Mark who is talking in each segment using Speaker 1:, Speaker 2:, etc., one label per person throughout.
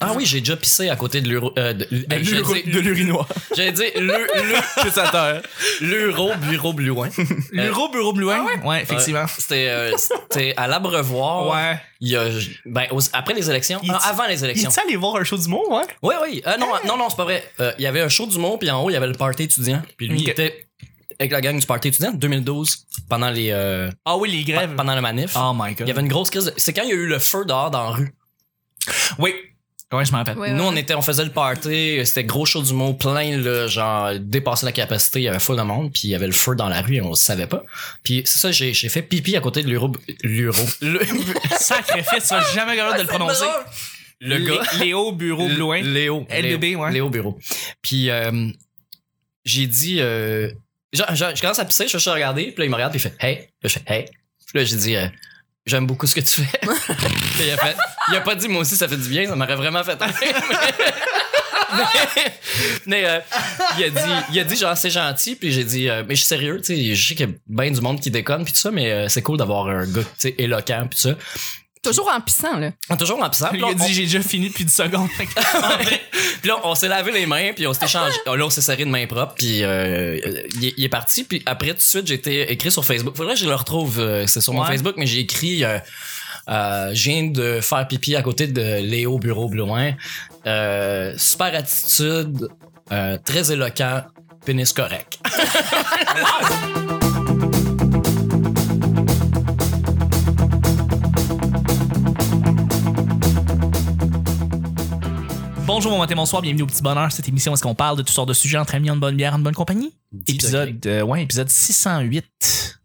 Speaker 1: Ah oui, j'ai déjà pissé à côté de l'uro. euh, de
Speaker 2: De
Speaker 1: hey, j'allais
Speaker 2: l'uro-
Speaker 1: dire-
Speaker 2: de l'urinoir.
Speaker 1: J'allais dire l'u- l'u-
Speaker 2: Ben, Pisse à terre.
Speaker 1: l'uro bureau plus loin.
Speaker 2: L'uro bureau bleu. Ah ouais? effectivement.
Speaker 1: C'était euh, c'était à l'abreuvoir.
Speaker 2: Ouais.
Speaker 1: Il y a, ben, aux- après les élections.
Speaker 2: Il
Speaker 1: Ah,
Speaker 2: dit-
Speaker 1: avant les
Speaker 2: Il
Speaker 1: élections.
Speaker 2: est allé voir un show du monde, ouais?
Speaker 1: Oui, oui. Ah, non, non, non, c'est pas vrai. Euh, Il y avait un show du monde, puis en haut, il y avait le party étudiant. Puis lui,
Speaker 2: Ok.
Speaker 1: il était avec la gang du party étudiant 2012, pendant les. euh,
Speaker 2: Ah oui, les
Speaker 1: pe- pendant la manif.
Speaker 2: Oh my
Speaker 1: Il
Speaker 2: god.
Speaker 1: y avait une grosse crise. de- C'est quand il y a eu le feu dehors dans la rue.
Speaker 2: Oui. Ouais, je m'en rappelle.
Speaker 3: Ouais,
Speaker 1: Nous,
Speaker 3: ouais.
Speaker 1: on était, on faisait le party, c'était gros show du mot plein, là, genre, dépasser la capacité, il y avait full de monde, puis il y avait le feu dans la rue, et on le savait pas. Puis c'est ça, j'ai, j'ai fait pipi à côté de l'euro, l'euro. Le,
Speaker 2: Sacré fils, tu vas jamais capable de le prononcer.
Speaker 1: le gars.
Speaker 2: Léo Bureau
Speaker 1: L-
Speaker 2: Blouin.
Speaker 1: Léo.
Speaker 2: LBB,
Speaker 1: Léo,
Speaker 2: ouais.
Speaker 1: Léo Bureau. Puis euh, j'ai dit. euh, genre, genre, je commence à pisser, je suis regardé, puis là, il me regarde, puis il fait Hey. Là, je fais Hey. Puis là, j'ai dit euh, J'aime beaucoup ce que tu fais. puis il a fait. Il a pas dit moi aussi, ça fait du bien, ça m'aurait vraiment fait. rire. mais mais, euh, il, a dit, il a dit genre c'est gentil, puis j'ai dit euh, Mais je suis sérieux, tu sais, je sais qu'il y a bien du monde qui déconne, puis tout ça, mais euh, c'est cool d'avoir un gars, tu sais, éloquent, puis tout ça.
Speaker 3: Toujours en pissant, là.
Speaker 1: Toujours en pissant. puis
Speaker 2: Il a
Speaker 1: on-
Speaker 2: dit, j'ai déjà fini depuis 10 secondes.
Speaker 1: Puis là, on s'est lavé les mains, puis on s'est échangé. là, on s'est serré de main propre, puis euh, il, est, il est parti. Puis après, tout de suite, j'ai été écrit sur Facebook. Faudrait que je le retrouve. euh, c'est sur mon
Speaker 2: Ouais.
Speaker 1: Facebook, mais j'ai écrit... Euh, euh, je viens de faire pipi à côté de Léo Bureau Blouin. Euh, super attitude, euh, très éloquent, pénis correct.
Speaker 2: Bonjour, bon matin, bonsoir, bienvenue au Petit Bonheur. Cette émission où est-ce qu'on parle de toutes sortes de sujets entre amis, en bonne bière, en bonne compagnie. Épisode, euh, ouais, épisode 608.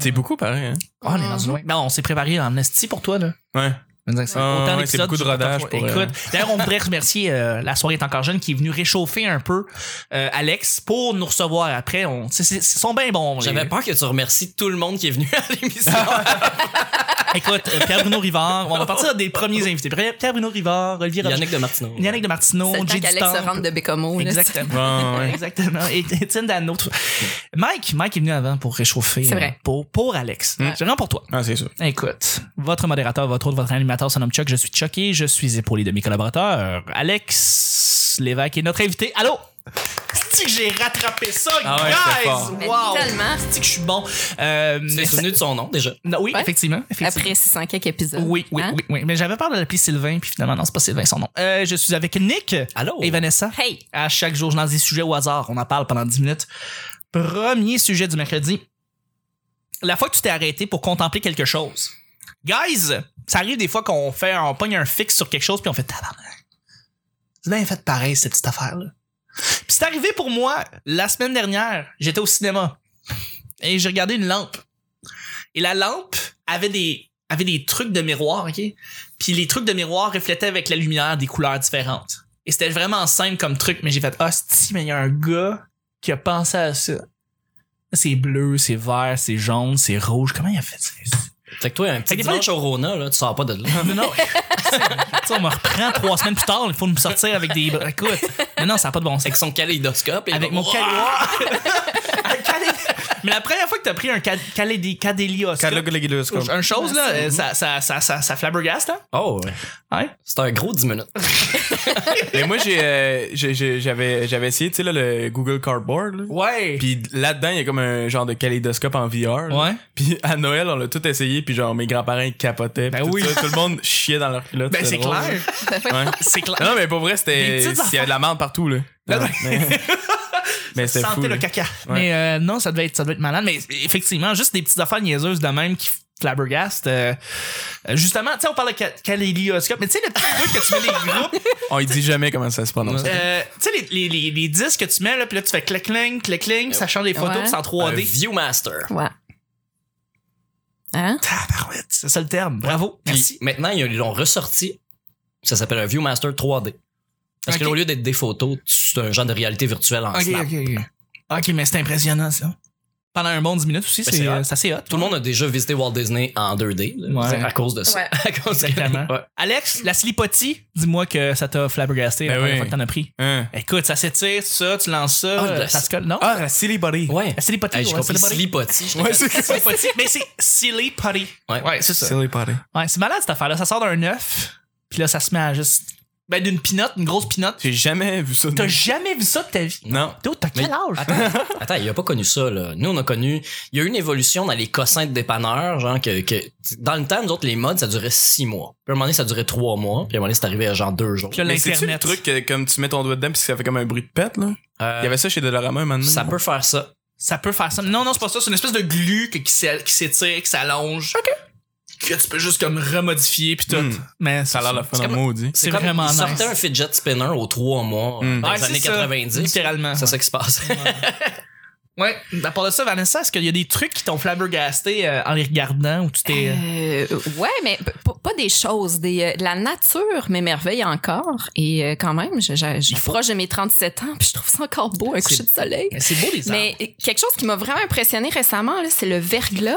Speaker 4: C'est beaucoup pareil, hein?
Speaker 2: Oh,
Speaker 3: Ah,
Speaker 2: on est rendu loin. Non, on s'est préparé en esti pour toi, là.
Speaker 4: Ouais. Ah, ouais,
Speaker 2: Autant
Speaker 4: c'est
Speaker 2: d'épisodes
Speaker 4: beaucoup de
Speaker 2: sur Pop
Speaker 4: rodage
Speaker 2: Tour.
Speaker 4: pour, euh,
Speaker 2: Écoute, d'ailleurs, on voudrait remercier euh, La Soirée est encore jeune qui est venu réchauffer un peu euh, Alex pour nous recevoir après. On, c'est, c'est- ils sont bien bons. les-
Speaker 1: J'avais peur que tu remercies tout le monde qui est venu à l'émission.
Speaker 2: Écoute, euh, Pierre-Bruno Rivard, on va partir des premiers invités. Pierre- Pierre-Bruno Rivard, Olivier Roger,
Speaker 1: Yannick de Martineau.
Speaker 2: Yannick de Martineau,
Speaker 3: C'est le temps
Speaker 2: Jay
Speaker 3: qu'Alex se
Speaker 2: Dutemps.
Speaker 3: rentre de Bécomo. là.
Speaker 2: Exactement.
Speaker 4: Ouais, ouais.
Speaker 2: Exactement. Et Étienne Dano. Mike, Mike est venu avant pour réchauffer.
Speaker 3: C'est vrai.
Speaker 2: euh, Pour, pour Alex.
Speaker 3: Ouais.
Speaker 2: C'est vraiment pour toi.
Speaker 4: Ah, c'est sûr.
Speaker 2: Écoute, votre modérateur, votre autre, votre animateur se nomme Chuck. Je suis Chuck et je suis épaulé de mes collaborateurs. Alex Lévesque est notre invité. Allô? cest que j'ai rattrapé ça,
Speaker 4: Ah ouais, c'était fort.
Speaker 2: guys?
Speaker 3: Mais
Speaker 2: Wow!
Speaker 3: tellement.
Speaker 2: cest que je suis bon? Euh,
Speaker 1: Tu t'es
Speaker 2: merci-
Speaker 1: souvenu de son nom, déjà?
Speaker 2: Non, oui,
Speaker 3: Ouais.
Speaker 2: effectivement. effectivement.
Speaker 3: Après 600 quelques épisodes.
Speaker 2: Oui, oui,
Speaker 3: Hein?
Speaker 2: oui, oui. Mais j'avais peur de l'appeler Sylvain, puis finalement, non, c'est pas Sylvain son nom. Euh, je suis avec Nick
Speaker 1: Allô?
Speaker 4: Oh.
Speaker 2: et Vanessa.
Speaker 3: Hey!
Speaker 2: À chaque jour, je lance des sujets au hasard. On en parle pendant 10 minutes. Premier sujet du mercredi. La fois que tu t'es arrêté pour contempler quelque chose. Guys, ça arrive des fois qu'on fait, on pogne un fixe sur quelque chose puis on fait tabarnak. C'est bien fait pareil, cette petite affaire-là. Puis c'est arrivé pour moi la semaine dernière. J'étais au cinéma et j'ai regardé une lampe. Et la lampe avait des, avait des trucs de miroir, OK? Puis les trucs de miroir reflétaient avec la lumière des couleurs différentes. Et c'était vraiment simple comme truc, mais j'ai fait Ah, si, mais il y a un gars qui a pensé à ça. C'est bleu, c'est vert, c'est jaune, c'est rouge. Comment il a fait ça?
Speaker 1: Fait que toi, un
Speaker 2: Fait
Speaker 1: petit
Speaker 2: que des fois,
Speaker 1: dimanche au Rona, là, tu sors pas de là.
Speaker 2: Non, non. Tu sais, on me reprend trois semaines plus tard, il faut me sortir avec des. Écoute, mais non, ça n'a pas de bon sens.
Speaker 1: Avec son kaléidoscope. et
Speaker 2: Avec
Speaker 1: le-
Speaker 2: mon calédoire. Mais la première fois que t'as pris un ca- calé- cadélioscope,
Speaker 4: Cadélioscope.
Speaker 2: un chose, là, euh, ça, ça, ça, ça, ça flabbergaste, là.
Speaker 1: Oh, ouais.
Speaker 2: Ouais.
Speaker 1: C'est un gros 10 minutes.
Speaker 4: Mais moi, j'ai, euh, j'ai- j'ai- j'avais, j'avais essayé, tu sais, là, le Google Cardboard. là.
Speaker 2: Ouais.
Speaker 4: Puis là-dedans, il y a comme un genre de kaléidoscope en VR. là.
Speaker 2: Ouais.
Speaker 4: Puis à Noël, on l'a tout essayé, puis genre mes grands-parents ils capotaient. puis
Speaker 2: Ben
Speaker 4: tout,
Speaker 2: oui.
Speaker 4: ça, tout le monde chiait dans leur culotte.
Speaker 2: Ben, c'est
Speaker 4: c'était drôle.
Speaker 2: clair.
Speaker 4: Ouais.
Speaker 2: C'est clair.
Speaker 4: Non, mais pour vrai, c'était.
Speaker 2: Des
Speaker 4: Il
Speaker 2: petites
Speaker 4: y avait de la merde partout, là.
Speaker 2: Ben
Speaker 4: Ouais, mais mais c'était
Speaker 2: Sentez
Speaker 4: fou.
Speaker 2: le
Speaker 4: là.
Speaker 2: caca.
Speaker 4: Ouais.
Speaker 2: Mais euh, non, ça devait être, ça devait être malade. Mais effectivement, juste des petites affaires niaiseuses de même qui flabbergastent. euh, euh, justement, tu sais, on parle de ca- caléidoscope, mais tu sais, le petit truc que tu mets les groupes,
Speaker 4: On ne dit jamais comment ça se prononce.
Speaker 2: euh, tu sais, les, les, les, les disques que tu mets, là, puis là, tu fais clic-cling, clic-cling, puis ça change les photos,
Speaker 3: Ouais.
Speaker 2: puis c'est en
Speaker 1: Un
Speaker 2: 3D.
Speaker 1: Viewmaster.
Speaker 3: Ouais. Hein?
Speaker 2: Tabarouette, c'est ça le terme. Bravo.
Speaker 1: Puis
Speaker 2: Merci.
Speaker 1: maintenant, ils l'ont ressorti. Ça s'appelle un Viewmaster 3D. Parce que
Speaker 2: Ok.
Speaker 1: au lieu d'être des photos, c'est un genre de réalité virtuelle en snap.
Speaker 2: ok, ok. Ok, mais c'est impressionnant, ça. Pendant un bon 10 minutes aussi,
Speaker 1: Ben,
Speaker 2: c'est
Speaker 1: c'est
Speaker 2: euh,
Speaker 1: hot.
Speaker 2: c'est assez hot.
Speaker 1: Tout le monde a déjà visité Walt Disney en 2D là.
Speaker 2: Ouais.
Speaker 1: C'est à cause de ça.
Speaker 3: Ouais.
Speaker 1: À cause de-
Speaker 2: Exactement.
Speaker 1: Ouais.
Speaker 2: Alex, la slipotie, dis-moi que ça t'a flabbergasté la
Speaker 4: Ben
Speaker 2: première
Speaker 4: oui.
Speaker 2: fois que t'en as pris.
Speaker 4: Hein.
Speaker 2: Écoute, ça s'étire, ça, tu lances ça,
Speaker 1: Ah,
Speaker 2: euh,
Speaker 1: la-
Speaker 2: ça se colle, non?
Speaker 4: Ah, la silly body.
Speaker 1: Ouais.
Speaker 2: La silly putty,
Speaker 1: Hey,
Speaker 2: ouais,
Speaker 1: J'ai compris
Speaker 2: silly
Speaker 1: Slipotty.
Speaker 4: Ouais, c'est ça.
Speaker 2: putty. Silly putty, mais c'est silly putty.
Speaker 1: Ouais.
Speaker 2: c'est
Speaker 4: Silly body.
Speaker 2: Ouais, c'est malade cette affaire-là. Ça sort d'un œuf, puis là, ça se met à juste Ben, d'une pinotte, une grosse pinotte.
Speaker 4: J'ai jamais vu ça.
Speaker 2: T'as jamais vu ça de ta vie?
Speaker 4: Non.
Speaker 2: Théo, t'as quel
Speaker 1: Mais-
Speaker 2: âge?
Speaker 1: Attends, il a pas connu ça, là. Nous, on a connu. Il y a eu une évolution dans les cossins de dépanneurs, genre, que, que- dans le temps, nous autres, les modes, ça durait six mois. Puis à un moment donné, ça durait trois mois. Puis à un moment donné, c'est arrivé à genre deux jours.
Speaker 2: Puis là,
Speaker 4: Mais c'est-tu le
Speaker 2: l'internet.
Speaker 4: truc que, comme tu mets ton doigt dedans puis ça fait comme un bruit de pète, là?
Speaker 1: Euh,
Speaker 4: Il y avait ça chez Delorama maintenant.
Speaker 1: ça peut faire ça.
Speaker 2: Ça peut faire ça. Non, non, c'est pas ça. C'est une espèce de glu que- qui s'é- qui s'étire, qui s'allonge. OK. Que tu peux juste comme remodifier pis tout.
Speaker 4: Mm.
Speaker 2: Mais
Speaker 4: Ça a l'air le fun
Speaker 1: C'est
Speaker 4: en
Speaker 1: comme-
Speaker 4: maudit.
Speaker 2: C'est
Speaker 1: comme
Speaker 2: vraiment
Speaker 1: ils
Speaker 2: nice.
Speaker 1: sortaient un fidget spinner aux trois mois euh,
Speaker 4: Mm.
Speaker 1: dans
Speaker 2: Ouais,
Speaker 1: les
Speaker 2: c'est
Speaker 1: années
Speaker 2: ça,
Speaker 1: 90. C'est
Speaker 2: Littéralement.
Speaker 1: ça qui se passe.
Speaker 2: ouais. À part de ça, Vanessa, est-ce qu'il y a des trucs qui t'ont flabbergasté euh, en les regardant ou tu t'es.
Speaker 3: Euh, ouais, mais p- p- pas des choses. Des, euh, la nature m'émerveille encore. Et euh, quand même, je, je, je proche de mes 37 ans, puis je trouve ça encore beau, un
Speaker 2: C'est-
Speaker 3: coucher de soleil.
Speaker 2: euh, C'est beau, les arbres.
Speaker 3: Mais quelque chose qui m'a vraiment impressionné récemment, là, c'est le verglas.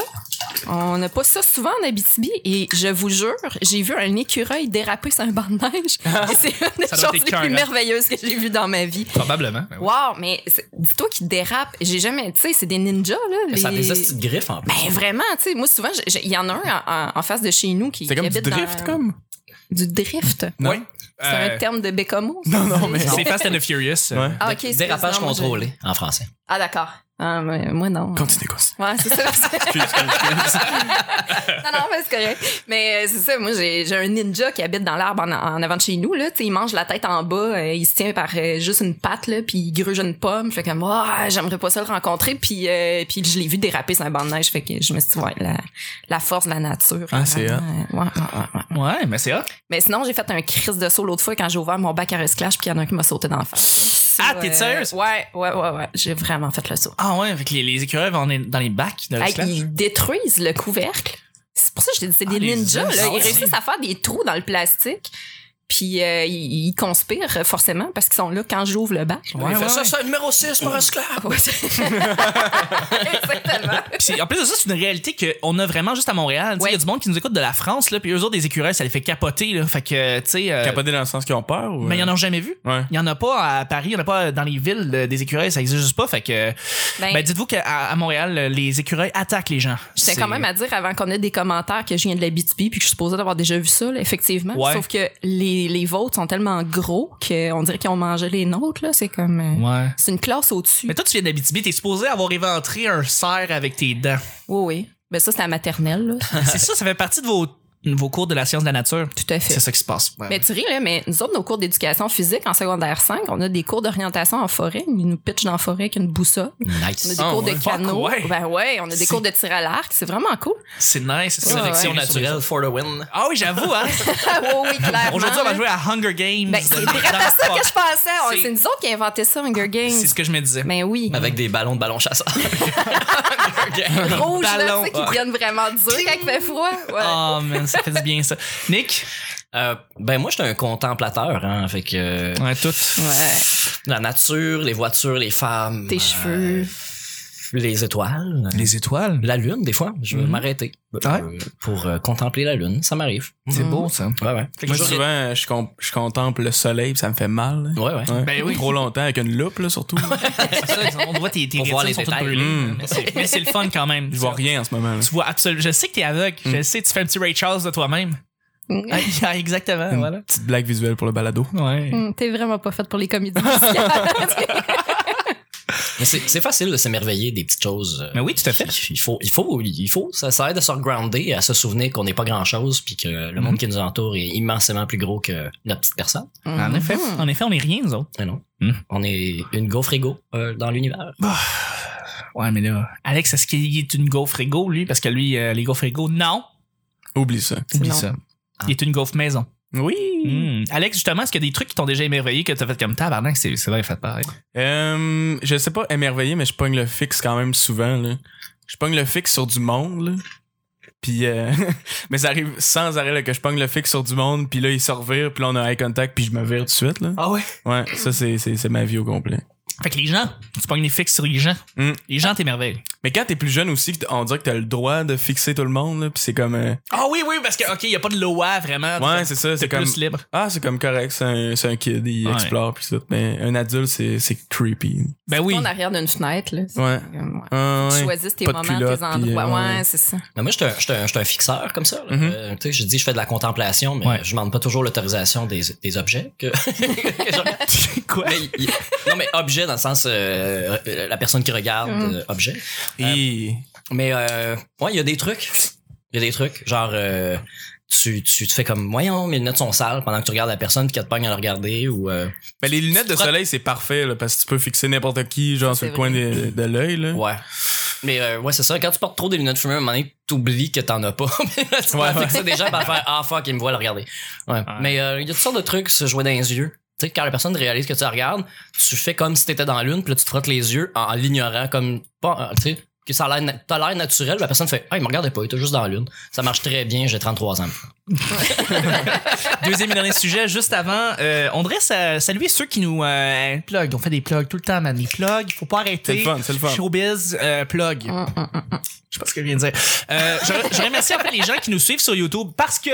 Speaker 3: On n'a pas ça souvent en Abitibi et je vous jure, j'ai vu un écureuil déraper sur un banc de neige. Et c'est une des
Speaker 2: Ça doit être
Speaker 3: choses les plus
Speaker 2: écœurant.
Speaker 3: merveilleuses que j'ai vues dans ma vie.
Speaker 2: Probablement.
Speaker 3: Wow, mais c'est- dis-toi qu'il dérape. J'ai jamais, tu sais, c'est des ninjas là.
Speaker 1: Mais Ça a
Speaker 3: les-
Speaker 1: des hosties de griffes en plus.
Speaker 3: Ben vraiment, tu sais, moi souvent, j'ai- j'ai- il y en a un en- en, en face de chez nous qui,
Speaker 4: C'est comme
Speaker 3: qui
Speaker 4: du
Speaker 3: habite dans-
Speaker 4: drift, comme?
Speaker 3: Du drift.
Speaker 4: Non.
Speaker 2: Ouais.
Speaker 3: C'est un terme de Bécamo.
Speaker 4: Non, non, mais-
Speaker 2: Euh, C'est Fast and the Furious. euh,
Speaker 4: Ouais.
Speaker 3: Ah, ok. excuse,
Speaker 1: Dérapage
Speaker 3: non, je-
Speaker 1: contrôlé en français.
Speaker 3: Ah d'accord. Ah, mais moi non.
Speaker 4: Continue, continue.
Speaker 3: Ouais, c'est ça. non, non, mais c'est correct. Mais euh, c'est ça, moi, j'ai j'ai un ninja qui habite dans l'arbre en, en avant de chez nous. Là, Tu sais, il mange la tête en bas, euh, il se tient par euh, juste une patte, là, puis il gruge une pomme. Fait comme, ah, j'aimerais pas ça le rencontrer. Puis, euh, puis je l'ai vu déraper sur un banc de neige. Fait que je me suis dit, ouais, la, la force de la nature.
Speaker 4: Ah, c'est
Speaker 3: vraiment, euh, ouais, ouais, ouais, ouais.
Speaker 2: Ouais, mais c'est hot.
Speaker 3: Mais sinon, j'ai fait un crise de saut l'autre fois quand j'ai ouvert mon bac à recyclage, puis il y en a un qui m'a sauté dans le face.
Speaker 2: Ah,
Speaker 3: Ça,
Speaker 2: t'es
Speaker 3: euh,
Speaker 2: sérieuse?
Speaker 3: Ouais, ouais, ouais, ouais. J'ai vraiment fait le saut.
Speaker 2: Ah ouais, avec les, les écureuils vont dans- dans les bacs de
Speaker 3: Hey,
Speaker 2: l'esclave.
Speaker 3: ils détruisent le couvercle. C'est pour ça que je te dis, c'est
Speaker 2: Ah, les
Speaker 3: des ninjas.
Speaker 2: hommes,
Speaker 3: là.
Speaker 2: ah
Speaker 3: Ils
Speaker 2: ouais.
Speaker 3: réussissent à faire des trous dans le plastique. Puis euh, ils, ils conspirent euh, forcément parce qu'ils sont là quand j'ouvre le bac.
Speaker 2: Ouais, ouais, ouais.
Speaker 1: c'est un numéro 6 pour esclave.
Speaker 3: Ouais, c'est- Exactement.
Speaker 2: Puis c'est- en plus de ça, c'est une réalité qu'on a vraiment juste à Montréal. Tu sais, Il y a
Speaker 3: Ouais.
Speaker 2: du monde qui nous écoute de la France, là, puis eux autres, des écureuils, ça les fait capoter. Là. Fait que, tu sais, euh,
Speaker 4: Capoter dans le sens qu'ils ont peur ou. euh,
Speaker 2: mais ils en ont jamais vu.
Speaker 4: Ouais.
Speaker 2: Il y en a pas à Paris, il y en a pas dans les villes euh, des écureuils, ça existe juste pas. Fait que,
Speaker 3: Ben,
Speaker 2: ben, dites-vous qu'à à Montréal, euh, les écureuils attaquent les gens.
Speaker 3: je tiens
Speaker 2: C'est-
Speaker 3: quand même à dire avant qu'on ait des commentaires que je viens de la BTP puis que je suis supposée d'avoir déjà vu ça, là, effectivement.
Speaker 2: Ouais.
Speaker 3: Sauf que les, les vôtres sont tellement gros qu'on dirait qu'ils ont mangé les nôtres. Là. C'est comme. euh,
Speaker 2: Ouais.
Speaker 3: C'est une classe au-dessus.
Speaker 2: Mais toi, tu viens d'Abitibi, t'es supposé avoir éventré un cerf avec tes dents.
Speaker 3: Oui, oui. Ben, ça, c'est la maternelle. là.
Speaker 2: c'est ça, ça fait partie de vos, vos cours de la science de la nature.
Speaker 3: Tout à fait.
Speaker 2: C'est ça qui se passe. Ah Ouais.
Speaker 3: Mais tu ris, là, mais nous autres, nos cours d'éducation physique en secondaire 5, on a des cours d'orientation en forêt. Ils nous pitchent dans la forêt avec une boussole. On a
Speaker 1: Nice.
Speaker 3: des
Speaker 2: Ah,
Speaker 3: cours
Speaker 2: ouais.
Speaker 3: de
Speaker 2: Fuck,
Speaker 3: canot.
Speaker 2: ouais.
Speaker 3: Ben ouais, on a des cours de tir à l'arc. C'est vraiment cool.
Speaker 2: C'est nice. c'est
Speaker 3: Ouais,
Speaker 2: sélection
Speaker 1: Sélection
Speaker 3: ouais.
Speaker 2: naturelle.
Speaker 1: naturelle for the win.
Speaker 2: Ah oui, j'avoue, hein.
Speaker 3: Ah oui, oui, clairement.
Speaker 2: Aujourd'hui, on va
Speaker 3: là.
Speaker 2: jouer à Hunger Games.
Speaker 3: Ben, c'est
Speaker 2: dans
Speaker 3: vraiment
Speaker 2: la
Speaker 3: ça
Speaker 2: forêt.
Speaker 3: que je pensais. On-
Speaker 2: C'est- Ah,
Speaker 3: C'est nous autres qui avons inventé ça, Hunger Games.
Speaker 2: C'est ce que je me disais.
Speaker 3: Ben oui.
Speaker 1: Avec des ballons de ballon chasseur.
Speaker 3: Rouge, là,
Speaker 2: ballons,
Speaker 3: tu sais, qui
Speaker 2: ouais.
Speaker 3: prennent vraiment dur quand il fait froid. Ouais.
Speaker 2: Oh man, ça fait du bien ça. Nick?
Speaker 1: Euh, ben moi, j'étais un contemplateur. Hein, fait que euh,
Speaker 2: Ouais, tout.
Speaker 3: Ouais.
Speaker 1: la nature, les voitures, les femmes.
Speaker 3: Tes
Speaker 1: euh,
Speaker 3: cheveux.
Speaker 1: les étoiles.
Speaker 2: Les étoiles.
Speaker 1: La lune, des fois. Je vais
Speaker 4: Mm.
Speaker 2: Mhm.
Speaker 1: m'arrêter euh,
Speaker 2: Ouais.
Speaker 1: pour euh, contempler la lune. Ça m'arrive.
Speaker 2: C'est beau ça.
Speaker 1: Ouais, ouais.
Speaker 4: Mm-hmm. Moi,
Speaker 1: J'aurais-
Speaker 4: souvent, je, com- je contemple le soleil puis ça me fait mal. là.
Speaker 1: Ouais, ouais.
Speaker 4: Ouais.
Speaker 2: Ben oui.
Speaker 4: Trop longtemps avec une loupe, là, surtout.
Speaker 2: C'est ça, ils sont- on voit tes, tes
Speaker 1: Pour voir
Speaker 2: rétines
Speaker 1: les
Speaker 2: sont toutes
Speaker 1: détails.
Speaker 2: brûlées.
Speaker 4: Mm.
Speaker 2: Mais c'est- Mais c'est le fun quand même.
Speaker 4: je vois rien en ce moment. là.
Speaker 2: Tu vois absolument. Je sais que t'es aveugle. Je sais, tu fais un petit Ray Charles de toi-même.
Speaker 3: Mm.
Speaker 2: Ah, Exactement,
Speaker 4: Une
Speaker 2: voilà.
Speaker 4: petite blague visuelle pour le balado.
Speaker 2: Ouais.
Speaker 3: Mm, T'es vraiment pas faite pour les comédies musicales.
Speaker 1: Mais c'est c'est facile de s'émerveiller des petites choses. euh,
Speaker 2: Mais oui, tout à fait.
Speaker 1: Il il faut, il faut, il faut. Ça, ça aide à se regrounder, à se souvenir qu'on n'est pas grand chose, puis que le
Speaker 2: Mhm.
Speaker 1: monde qui nous entoure est immensément plus gros que notre petite personne.
Speaker 2: En effet,
Speaker 3: Mm.
Speaker 2: en effet, on est rien, nous autres.
Speaker 1: Mais non.
Speaker 2: Mm.
Speaker 1: On est une gaufre égo euh, dans l'univers.
Speaker 2: Ouais, mais là, Alex, est-ce qu'il est une gaufre égo, lui? Parce que lui, euh, les gaufres égo, non.
Speaker 4: Oublie ça.
Speaker 2: Oublie
Speaker 3: non.
Speaker 2: ça. Il est une gaufre maison.
Speaker 4: Oui.
Speaker 2: Mm. Alex, justement, est-ce qu'il y a des trucs qui t'ont déjà émerveillé que t'as fait comme tabarnak? C'est c'est vrai, fait pareil.
Speaker 4: Euh, je sais pas émerveillé, mais je pogne le fixe quand même souvent. Là. Je pogne le fixe sur du monde. Là. Puis, euh, mais ça arrive sans arrêt là, que je pogne le fixe sur du monde, puis là, il se revire, puis là, on a eye contact, puis je me vire tout de suite. Là.
Speaker 2: Ah ouais?
Speaker 4: Ouais, ça, c'est- c'est c'est ma vie au complet.
Speaker 2: Fait que les gens, tu pognes les fixes sur les gens.
Speaker 4: Mm.
Speaker 2: Les gens t'émerveillent.
Speaker 4: Mais quand t'es plus jeune aussi, on dirait que t'as le droit de fixer tout le monde, là, puis c'est comme. euh,
Speaker 2: Ah oui, oui, parce que, OK, il n'y a pas de loi vraiment.
Speaker 4: Ouais, c'est ça, c'est
Speaker 2: c'est
Speaker 4: comme.
Speaker 2: plus libre.
Speaker 4: Ah, c'est comme correct, c'est un, c'est un kid, il
Speaker 2: Ouais.
Speaker 4: explore, puis tout. Mais un adulte, c'est c'est creepy.
Speaker 2: Ben oui.
Speaker 3: En arrière d'une fenêtre, là. C'est
Speaker 4: Ouais.
Speaker 3: comme, ouais.
Speaker 4: Ah,
Speaker 3: Tu
Speaker 4: ouais.
Speaker 3: choisis tes
Speaker 4: Pas de
Speaker 3: moments,
Speaker 4: culotte,
Speaker 3: tes
Speaker 4: puis,
Speaker 3: endroits.
Speaker 4: euh, ouais.
Speaker 3: ouais, c'est ça.
Speaker 1: Mais moi, je suis un, j'étais un- j'étais un fixeur comme ça. là.
Speaker 4: Mhm.
Speaker 1: Euh, tu sais, j'ai dit, je fais de la contemplation, mais
Speaker 2: Ouais.
Speaker 1: je demande pas toujours l'autorisation des, des objets. Que, que je regarde.
Speaker 2: Quoi?
Speaker 1: Mais il- il- non, mais objet dans le sens, euh, euh, la personne qui regarde,
Speaker 3: Mhm.
Speaker 1: euh, objet.
Speaker 4: Et-
Speaker 1: Mais euh, ouais, il y a des trucs. Il y a des trucs. Genre, euh, tu, tu te fais comme, voyons, mes lunettes sont sales pendant que tu regardes la personne puis qu'elle te pogne à le regarder. Ou, euh,
Speaker 4: Mais les lunettes de
Speaker 1: frottes-
Speaker 4: soleil, c'est parfait, là, parce que tu peux fixer n'importe qui, genre, sur
Speaker 3: C'est
Speaker 4: le coin de, de l'œil, là.
Speaker 1: ouais. Mais euh, ouais, c'est ça. Quand tu portes trop des lunettes fumées, à un moment donné, t'oublies que t'en as pas. Puis là, tu
Speaker 4: Ouais,
Speaker 1: vas
Speaker 4: ouais.
Speaker 1: fixer des gens par faire Ah fuck, il me voit le regarder. Ouais. Mais euh, il y a toutes sortes de trucs se jouer dans les yeux. Tu sais, quand la personne réalise que tu la regardes, tu fais comme si t'étais dans la lune, puis là, tu te frottes les yeux en, en l'ignorant, comme pas. euh, Tu sais, que ça a l'air, na- t'as l'air naturel, puis la personne fait Ah, il me regardait pas, il était juste dans la lune. Ça marche très bien, j'ai 33 ans.
Speaker 2: Deuxième et dernier sujet, juste avant, euh, on devrait sa- saluer ceux qui nous euh, plug. On fait des plugs tout le temps, man. Les plugs, faut pas arrêter.
Speaker 4: C'est le fun, c'est le fun.
Speaker 2: Showbiz, euh, plug.
Speaker 4: Ah.
Speaker 3: Hum, hum, hum.
Speaker 2: Je sais pas ce que je viens de dire. Euh, je, je remercie en fait les gens qui nous suivent sur YouTube parce que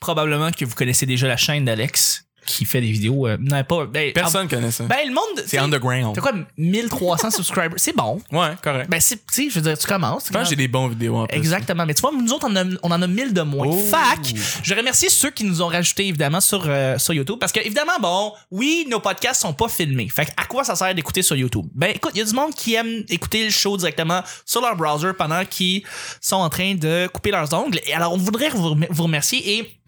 Speaker 2: probablement que vous connaissez déjà la chaîne d'Alex qui fait des vidéos. euh, non, pas. Ben,
Speaker 4: Personne connaît ça.
Speaker 2: ah, Ben, le monde.
Speaker 4: c'est
Speaker 2: t'sais,
Speaker 4: underground.
Speaker 2: T'as quoi, 1300 subscribers? C'est bon.
Speaker 4: Ouais, correct.
Speaker 2: Ben, c'est, tu sais, je veux dire, tu commences. tu
Speaker 4: Je pense que j'ai des bons vidéos en plus.
Speaker 2: Exactement. Mais tu vois, nous autres, on, en a- on en a 1000 de moins.
Speaker 4: Oh.
Speaker 2: Fac, je remercie ceux qui nous ont rajouté, évidemment, sur, euh, sur YouTube. Parce que, évidemment, bon, oui, nos podcasts sont pas filmés. Fait que à quoi ça sert d'écouter sur YouTube? Ben, écoute, il y a du monde qui aime écouter le show directement sur leur browser pendant qu'ils sont en train de couper leurs ongles. Et alors, on voudrait vous rem- vous remercier et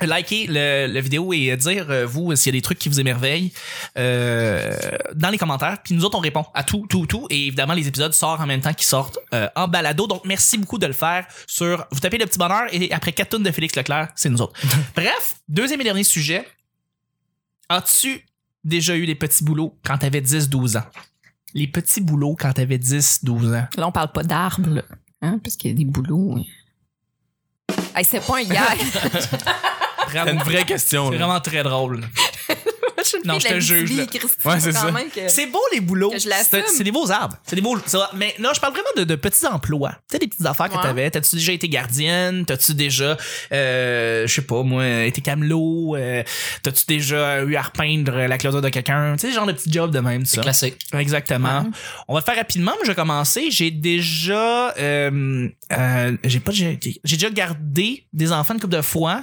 Speaker 2: liker le, la vidéo et dire euh, vous s'il y a des trucs qui vous émerveillent euh, dans les commentaires puis nous autres on répond à tout tout tout et évidemment les épisodes sortent en même temps qu'ils sortent euh, en balado donc merci beaucoup de le faire sur vous tapez le petit bonheur et après 4 tonnes de Félix Leclerc c'est nous autres bref deuxième et dernier sujet as-tu déjà eu des petits boulots quand t'avais 10 12 ans les petits boulots quand t'avais 10 12 ans
Speaker 3: Là, on parle pas d'arbres, là. Hein, parce qu'il y a des boulots. Hey, c'est pas un gag.
Speaker 4: C'est une vraie question,
Speaker 2: c'est
Speaker 4: là.
Speaker 2: vraiment très drôle
Speaker 3: Je suis une
Speaker 2: Non,
Speaker 3: fille
Speaker 2: je te
Speaker 3: d'Abitibi,
Speaker 2: juge, là.
Speaker 3: Christy,
Speaker 4: Ouais, c'est
Speaker 3: quand
Speaker 4: ça.
Speaker 3: même que-
Speaker 2: C'est beau les boulots.
Speaker 3: Que je l'assume.
Speaker 2: C'est c'est des beaux arbres. C'est des beaux. c'est- Mais là, je parle vraiment de, de petits emplois. Tu sais, des petites affaires que
Speaker 3: Ouais.
Speaker 2: t'avais. T'as-tu déjà été gardienne? T'as-tu déjà, euh, je sais pas moi, été camelot? Euh, T'as-tu déjà eu à repeindre la clôture de quelqu'un? Tu sais, genre de petits jobs de même, ça.
Speaker 1: Classique.
Speaker 2: Exactement. On va le faire rapidement, mais je vais commencer. J'ai déjà, euh, euh, j'ai pas, j'ai j'ai déjà gardé des enfants une couple de fois.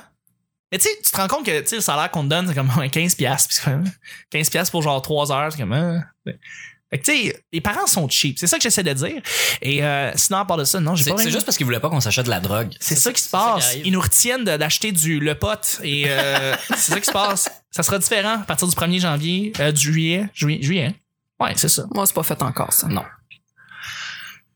Speaker 2: Mais tu sais, tu te rends compte que tu sais, le salaire qu'on te donne, c'est comme ouais, 15$. piastres. Puis c'est comme, 15$ piastres pour genre 3 heures. C'est comme. hein. Fait que tu sais, les parents sont cheap. C'est ça que j'essaie de dire. Et euh, sinon, à part de ça, non, j'ai
Speaker 1: C'est
Speaker 2: pas
Speaker 1: c'est
Speaker 2: vraiment-
Speaker 1: juste parce qu'ils voulaient pas qu'on s'achète de la drogue.
Speaker 2: c'est ça qui se
Speaker 1: c'est ça qui
Speaker 2: passe.
Speaker 1: arrive.
Speaker 2: Ils nous retiennent de- d'acheter du le pot et euh, c'est ça qui se passe. Ça sera différent à partir du 1er janvier, euh, du juillet, juillet, juillet. hein? Ouais, c'est ça.
Speaker 3: Moi, c'est pas fait encore, ça.
Speaker 1: Non.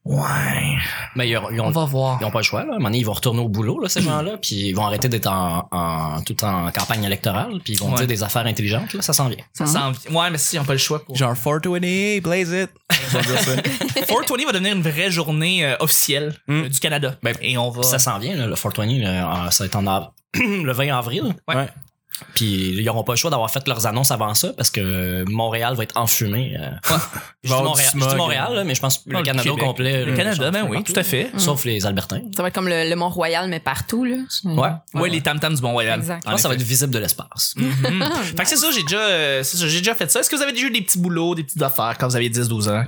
Speaker 2: Ouais.
Speaker 1: Mais ils, ont- ils ont-
Speaker 2: On va voir.
Speaker 1: Ils n'ont pas le choix. Là. À un moment donné, ils vont retourner au boulot, là, ces gens-là, puis ils vont arrêter d'être en, en- tout en campagne électorale, puis ils vont
Speaker 2: Ouais.
Speaker 1: dire des affaires intelligentes. Là, ça s'en vient.
Speaker 2: Ça hein? s'en vient. Ouais, mais si, ils n'ont pas le choix. Pour...
Speaker 4: Genre 420, blaze it. On va dire ça.
Speaker 2: 420 va devenir une vraie journée euh, officielle
Speaker 4: Mm.
Speaker 2: euh, du Canada.
Speaker 1: Ben,
Speaker 2: et on va.
Speaker 1: Puis ça s'en vient. Là, le 420, là, en- ça va être en av- le 20 avril.
Speaker 2: Ouais.
Speaker 4: Ouais.
Speaker 1: Puis ils n'auront pas le choix d'avoir fait leurs annonces avant ça, parce que Montréal va être enfumé. euh. Je, dis
Speaker 4: va avoir
Speaker 1: Montréal,
Speaker 4: du
Speaker 1: je dis
Speaker 4: smog,
Speaker 1: Montréal,
Speaker 4: hein.
Speaker 1: là, mais je pense que
Speaker 2: Non,
Speaker 1: le
Speaker 2: Oh, le
Speaker 1: Canada au
Speaker 2: Québec.
Speaker 1: complet.
Speaker 2: le
Speaker 1: là,
Speaker 2: Canada,
Speaker 1: genre,
Speaker 2: ben
Speaker 1: partout,
Speaker 2: oui, tout à fait.
Speaker 1: Sauf les Albertains.
Speaker 3: Ça va être comme le, le Mont-Royal, mais partout, là.
Speaker 1: Ouais.
Speaker 2: Ouais, les tam-tams du Mont-Royal.
Speaker 3: Exact.
Speaker 1: Je pense que ça va être visible de l'espace.
Speaker 2: Mhm. fait que c'est ça, j'ai déjà, euh, c'est ça, j'ai déjà fait ça. Est-ce que vous avez déjà eu des petits boulots, des petites affaires quand vous aviez 10-12 ans?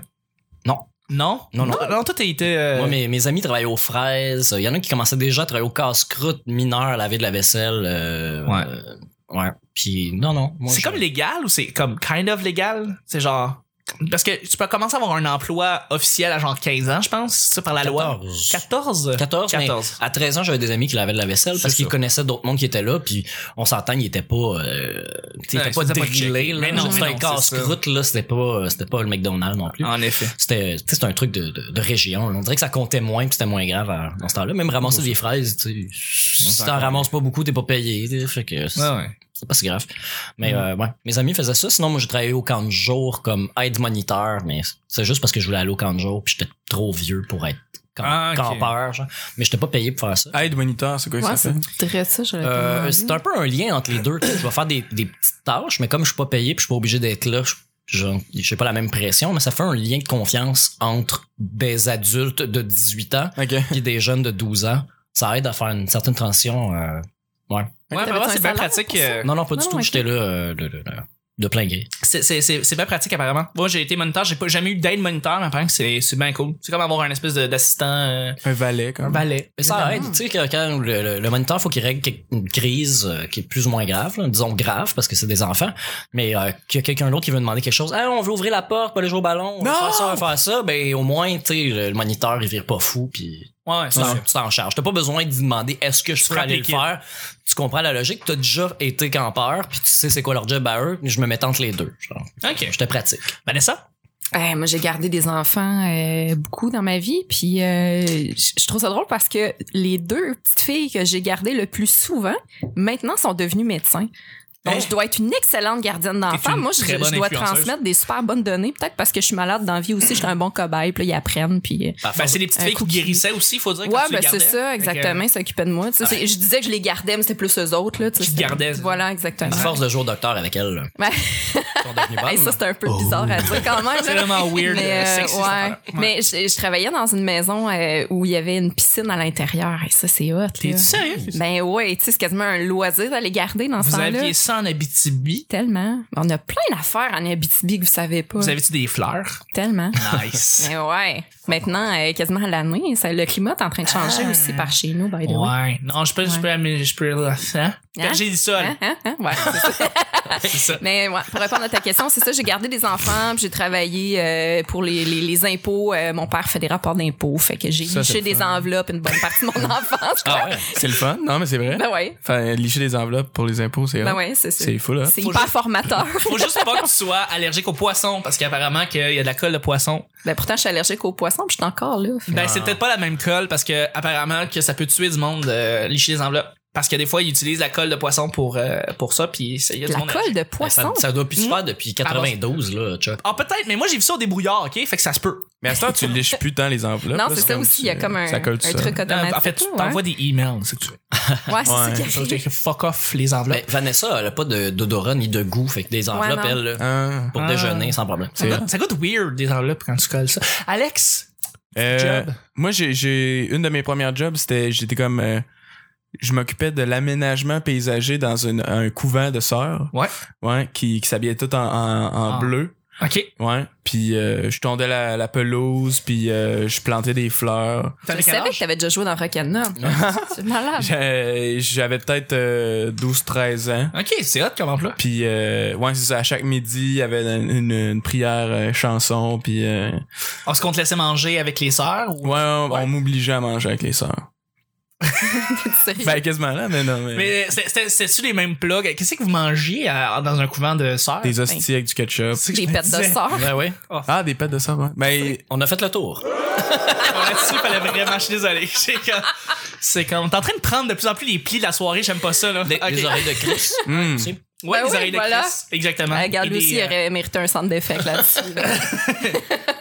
Speaker 1: Non.
Speaker 2: Non?
Speaker 1: Non, non.
Speaker 2: Non, toi, t'as été. euh,
Speaker 1: Moi, mes, mes amis travaillaient aux fraises. Il y en a qui commençaient déjà à travailler au casse-croûte mineur, à laver de la vaisselle. euh,
Speaker 2: Ouais.
Speaker 1: euh, ouais. Puis, non, non. moi,
Speaker 2: c'est
Speaker 1: je-
Speaker 2: comme légal ou c'est comme kind of légal? C'est genre. Parce que tu peux commencer à avoir un emploi officiel à genre 15 ans, je pense, ça, par la loi.
Speaker 1: 14.
Speaker 2: 14?
Speaker 1: 14, mais
Speaker 2: 14.
Speaker 1: à 13 ans, j'avais des amis qui lavaient de la vaisselle
Speaker 2: C'est
Speaker 1: parce qu'ils
Speaker 2: ça.
Speaker 1: connaissaient d'autres mondes qui étaient là, puis on s'entend, ils étaient pas, euh, tu sais, ils
Speaker 2: Ouais,
Speaker 1: étaient pas
Speaker 2: ils étaient pas
Speaker 1: drillés,
Speaker 2: checkés.
Speaker 1: là.
Speaker 2: Mais non,
Speaker 1: c'était
Speaker 2: mais
Speaker 1: un
Speaker 2: non, Ah.
Speaker 1: casse-croûte, là, c'était pas, euh, c'était pas le McDonald's non plus.
Speaker 2: En effet.
Speaker 1: C'était, tu sais, c'était un truc de, de, de région. là. On dirait que ça comptait moins puis c'était moins grave à- dans ce temps-là. Même ramasser des fraises, tu sais, si
Speaker 2: s'en
Speaker 1: t'en
Speaker 2: compte.
Speaker 1: ramasses pas beaucoup, t'es pas payé. tu sais, Fait que c'est-
Speaker 2: ouais.
Speaker 1: c'est pas si grave. Mais euh, ouais, mes amis faisaient ça. Sinon, moi, j'ai travaillé au camp de jour comme aide-moniteur, mais c'est juste parce que je voulais aller au camp de jour puis j'étais trop vieux pour être camp-
Speaker 2: Ah, ok.
Speaker 1: campeur. genre. Mais j'étais pas payé pour faire ça.
Speaker 4: Aide moniteur, c'est quoi que
Speaker 3: Ouais,
Speaker 4: ça fait?
Speaker 3: c'est très ça, j'aurais
Speaker 1: Euh,
Speaker 3: pas
Speaker 1: c'est un peu un lien entre les deux. tu sais. Je vais faire des, des petites tâches, mais comme je suis pas payé puis je suis pas obligé d'être là, je, genre, j'ai pas la même pression, mais ça fait un lien de confiance entre des adultes de 18 ans
Speaker 4: Ok.
Speaker 1: et des jeunes de 12 ans. Ça aide à faire une certaine transition. euh, ouais.
Speaker 2: Ouais,
Speaker 3: T'avais-tu
Speaker 2: vraiment,
Speaker 3: un
Speaker 2: c'est bien
Speaker 3: salon
Speaker 2: pratique.
Speaker 3: pour ça?
Speaker 2: euh,
Speaker 1: Non, non, pas du
Speaker 3: Non,
Speaker 1: tout.
Speaker 3: ok.
Speaker 1: J'étais là euh, le- le- le- de plein gré.
Speaker 2: C'est, c'est, c'est, c'est bien pratique, apparemment. Moi, j'ai été moniteur, j'ai pas jamais eu d'aide moniteur, mais apparemment que c'est, c'est bien cool. C'est comme avoir un espèce de- d'assistant, euh,
Speaker 4: Un valet,
Speaker 2: un
Speaker 4: comme.
Speaker 3: Ben,
Speaker 2: balai.
Speaker 1: Mais ça aide,
Speaker 3: Évidemment.
Speaker 1: tu sais, quand, quand le, le, le moniteur, faut qu'il règle quelque- une crise euh, qui est plus ou moins grave, là, disons grave, parce que c'est des enfants, mais euh, qu'il y a quelqu'un d'autre qui veut demander quelque chose, Ah, on veut ouvrir la porte, pas aller jouer au ballon, on veut
Speaker 4: Non!
Speaker 1: faire ça, on veut faire ça, ben au moins, tu sais, le, le moniteur, il vire pas fou, puis
Speaker 2: Ouais, ouais,
Speaker 1: tu
Speaker 2: c'est
Speaker 1: t'en-
Speaker 2: ça.
Speaker 1: tu t'en charges. T'as pas besoin de lui demander est-ce que je peux
Speaker 2: frappes
Speaker 1: aller le
Speaker 2: l'équipe.
Speaker 1: faire. Tu comprends la logique, t'as déjà été campeur, puis tu sais c'est quoi leur job à eux, je me mets entre les deux. Genre,
Speaker 2: Ok.
Speaker 1: j'étais pratique.
Speaker 2: Vanessa?
Speaker 3: Euh, moi, j'ai gardé des enfants euh, beaucoup dans ma vie, puis euh, je je trouve ça drôle parce que les deux petites filles que j'ai gardées le plus souvent, maintenant, sont devenues médecins. Donc,
Speaker 2: Hein?
Speaker 3: je dois être une excellente gardienne d'enfants.
Speaker 2: une
Speaker 3: Moi, je,
Speaker 2: très
Speaker 3: je
Speaker 2: bonne
Speaker 3: dois
Speaker 2: influenceuse.
Speaker 3: transmettre des super bonnes données, peut-être parce que je suis malade dans la vie aussi, je suis un bon cobaye, puis là, ils apprennent, puis... euh,
Speaker 1: Ah,
Speaker 2: Ben, c'est des petites
Speaker 3: Un
Speaker 2: filles qui
Speaker 3: cookie.
Speaker 2: guérissaient aussi, faut dire. quand
Speaker 3: Ouais,
Speaker 2: tu les
Speaker 3: ben c'est
Speaker 2: gardais.
Speaker 3: ça,
Speaker 2: Fait que, euh,
Speaker 3: exactement. Ils s'occupaient de moi. Tu sais,
Speaker 2: Ouais.
Speaker 3: c'est- Je disais que je les gardais, mais c'était plus eux autres. Là, tu sais,
Speaker 2: Qui
Speaker 3: c'était-
Speaker 2: gardaient.
Speaker 3: Voilà, exactement.
Speaker 1: À force de jouer au docteur avec elle, là,
Speaker 3: Ouais.
Speaker 1: ils sont devenus
Speaker 3: Hey, ça,
Speaker 1: bonnes.
Speaker 3: c'est un peu bizarre à dire quand même.
Speaker 2: C'est
Speaker 3: là.
Speaker 2: vraiment weird,
Speaker 3: Mais,
Speaker 2: euh,
Speaker 3: euh,
Speaker 2: sexy, cette
Speaker 3: ouais.
Speaker 2: affaire-là. Ouais.
Speaker 3: Mais je, je travaillais dans une maison euh, où il y avait une piscine à l'intérieur. Et ça, c'est hot. là.
Speaker 2: T'es-tu sérieux?
Speaker 3: Ben ouais, tu sais, c'est quasiment un loisir d'aller garder dans ce
Speaker 2: Vous
Speaker 3: temps-là.
Speaker 2: aviez ça en Abitibi?
Speaker 3: Tellement. On a plein d'affaires en Abitibi que vous savez pas.
Speaker 2: Vous avez-tu des fleurs?
Speaker 3: Tellement.
Speaker 2: Nice.
Speaker 3: Mais ouais. Maintenant, euh, quasiment à l'année, ça- le climat est en train de changer
Speaker 2: Ah.
Speaker 3: aussi par chez nous, by the way.
Speaker 2: Ouais. Non, je peux, je peux, mais je peux, hein? Quand j'ai dit ça, là,
Speaker 3: Hein, hein, hein? Ouais, c'est ça.
Speaker 2: c'est ça.
Speaker 3: Mais ouais, pour répondre à ta question, c'est ça, j'ai gardé des enfants, puis j'ai travaillé euh, pour les, les, les impôts. Euh, mon père fait des rapports d'impôts, fait que j'ai
Speaker 4: Ça, c'est
Speaker 3: liché des
Speaker 4: fun.
Speaker 3: enveloppes une bonne partie de mon enfance.
Speaker 1: Ah ouais.
Speaker 4: C'est le fun. Non, mais c'est vrai.
Speaker 3: Ben ouais,
Speaker 4: Enfin, licher des enveloppes pour les impôts, c'est.
Speaker 3: ben ouais, c'est ça.
Speaker 4: C'est fou, là.
Speaker 3: C'est
Speaker 2: Faut
Speaker 3: hyper formateur.
Speaker 2: Faut juste pas que tu sois allergique aux poissons, parce qu'apparemment qu'il y a de la colle de poisson.
Speaker 3: Ben pourtant, je suis allergique aux poissons, puis je suis encore là. Fait-
Speaker 2: Ben, c'est peut-être pas la même colle, parce que apparemment que ça peut tuer du monde, euh, licher les enveloppes. Parce que des fois, ils utilisent la colle de poisson pour, euh, pour ça, puis ça- il y a du
Speaker 3: La
Speaker 2: monde
Speaker 3: colle de
Speaker 1: Ben, ça,
Speaker 3: poisson. Hmm.
Speaker 1: ça doit plus se faire depuis 92, là, Chuck.
Speaker 2: Ah, peut-être, mais moi, j'ai vu ça au débrouillard, OK? Fait que ça se peut.
Speaker 4: Mais à ce temps, tu liches plus tant les enveloppes.
Speaker 3: Non,
Speaker 4: là,
Speaker 3: c'est ça
Speaker 4: comme
Speaker 3: aussi,
Speaker 4: tu-
Speaker 3: il y a comme un,
Speaker 4: Ça colle tout
Speaker 3: un
Speaker 4: seul.
Speaker 3: truc automatique.
Speaker 2: Euh, en fait, tu
Speaker 3: là, ouais.
Speaker 2: t'envoies des emails, c'est que tu veux.
Speaker 3: Ouais, c'est ça
Speaker 4: Ouais.
Speaker 3: qui
Speaker 2: Ça veut
Speaker 3: arrive.
Speaker 2: dire que fuck off les
Speaker 1: Ben,
Speaker 2: enveloppes.
Speaker 1: Vanessa, elle a pas de- d'odorat ni de goût, fait que des enveloppes,
Speaker 3: Ouais, non.
Speaker 1: elle, là,
Speaker 4: Ah.
Speaker 1: pour
Speaker 2: Ah.
Speaker 1: déjeuner, sans problème.
Speaker 2: Ça goûte- ça goûte weird, des enveloppes, quand tu colles ça. Alex!
Speaker 4: Euh,
Speaker 2: Job.
Speaker 4: Moi, j'ai- j'ai une de mes premières jobs, c'était j'étais comme euh, je m'occupais de l'aménagement paysager dans une- un couvent de sœurs,
Speaker 2: Ouais.
Speaker 4: ouais, qui, qui s'habillaient tout en, en- en
Speaker 2: Ah.
Speaker 4: bleu,
Speaker 2: OK.
Speaker 4: ouais. Puis euh, je tondais la, la pelouse, puis euh, je plantais des fleurs.
Speaker 3: Je
Speaker 2: T'avais quel
Speaker 3: savais
Speaker 2: âge?
Speaker 3: que t'avais déjà joué dans Rock'n'Roll. C'est
Speaker 2: Ah.
Speaker 3: malade.
Speaker 4: J'ai- J'avais peut-être 12-13 ans.
Speaker 2: OK, c'est hot comme emploi.
Speaker 4: Puis euh, ouais, c'est ça, à chaque midi, il y avait une, une- une prière euh, chanson, puis euh, ouais,
Speaker 2: Ah, Est-ce qu'on te laissait manger avec les sœurs? Ou...
Speaker 4: on,
Speaker 2: Ouais.
Speaker 4: on m'obligeait à manger avec les sœurs.
Speaker 3: Sérieux.
Speaker 4: Ben quasiment là, mais non, mais,
Speaker 2: Mais c'est- c'est- c'est-tu les mêmes plugs? Qu'est-ce que vous mangez à- dans un couvent de sœurs?
Speaker 4: des hosties avec du ketchup.
Speaker 2: ah, ben. C'est que je
Speaker 3: Des
Speaker 2: me
Speaker 3: pets de
Speaker 2: disais.
Speaker 3: sort.
Speaker 1: Ben oui.
Speaker 2: Oh,
Speaker 4: Ah, des pâtes de sœurs, ouais. Mais
Speaker 1: On a fait le tour.
Speaker 2: Bon, Là-dessus, il fallait vraiment, je suis désolé. C'est comme- C'est comme, t'es en train de prendre de plus en plus les plis de la soirée, j'aime pas ça, là.
Speaker 1: Les,
Speaker 2: Ok.
Speaker 1: les oreilles de Chris.
Speaker 4: Hmm.
Speaker 1: tu sais.
Speaker 2: Ouais,
Speaker 3: Ben
Speaker 2: les
Speaker 3: oui,
Speaker 2: oreilles de
Speaker 3: voilà.
Speaker 2: Chris. Exactement.
Speaker 3: Ah, Regarde,
Speaker 2: Et
Speaker 3: lui
Speaker 2: des,
Speaker 3: aussi, il
Speaker 2: euh,
Speaker 3: aurait mérité un centre d'effet là-dessus. là.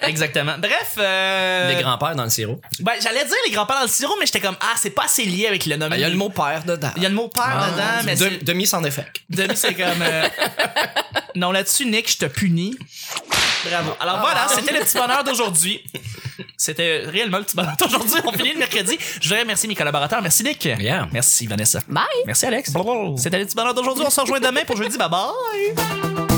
Speaker 2: Exactement. Bref, euh,
Speaker 1: Les grands-pères dans le sirop.
Speaker 2: ben, j'allais dire les grands-parents dans le sirop, mais j'étais comme, ah, c'est pas assez lié avec le nom.
Speaker 1: Ben, Il y a le mot Ah, père dedans.
Speaker 2: Il y a le mot père dedans, mais
Speaker 1: De- demi sans effet.
Speaker 2: c'est- demi, c'est comme, euh, non, là-dessus, Nick, je te punis. Bravo. Alors voilà, c'était le petit bonheur d'aujourd'hui. C'était réellement le petit bonheur d'aujourd'hui. On finit le mercredi. Je voudrais remercier mes collaborateurs. Merci Nick.
Speaker 1: Yeah.
Speaker 2: Merci Vanessa.
Speaker 3: Bye!
Speaker 2: Merci Alex. C'était le petit bonheur d'aujourd'hui. On se rejoint demain pour jeudi. Bye bye.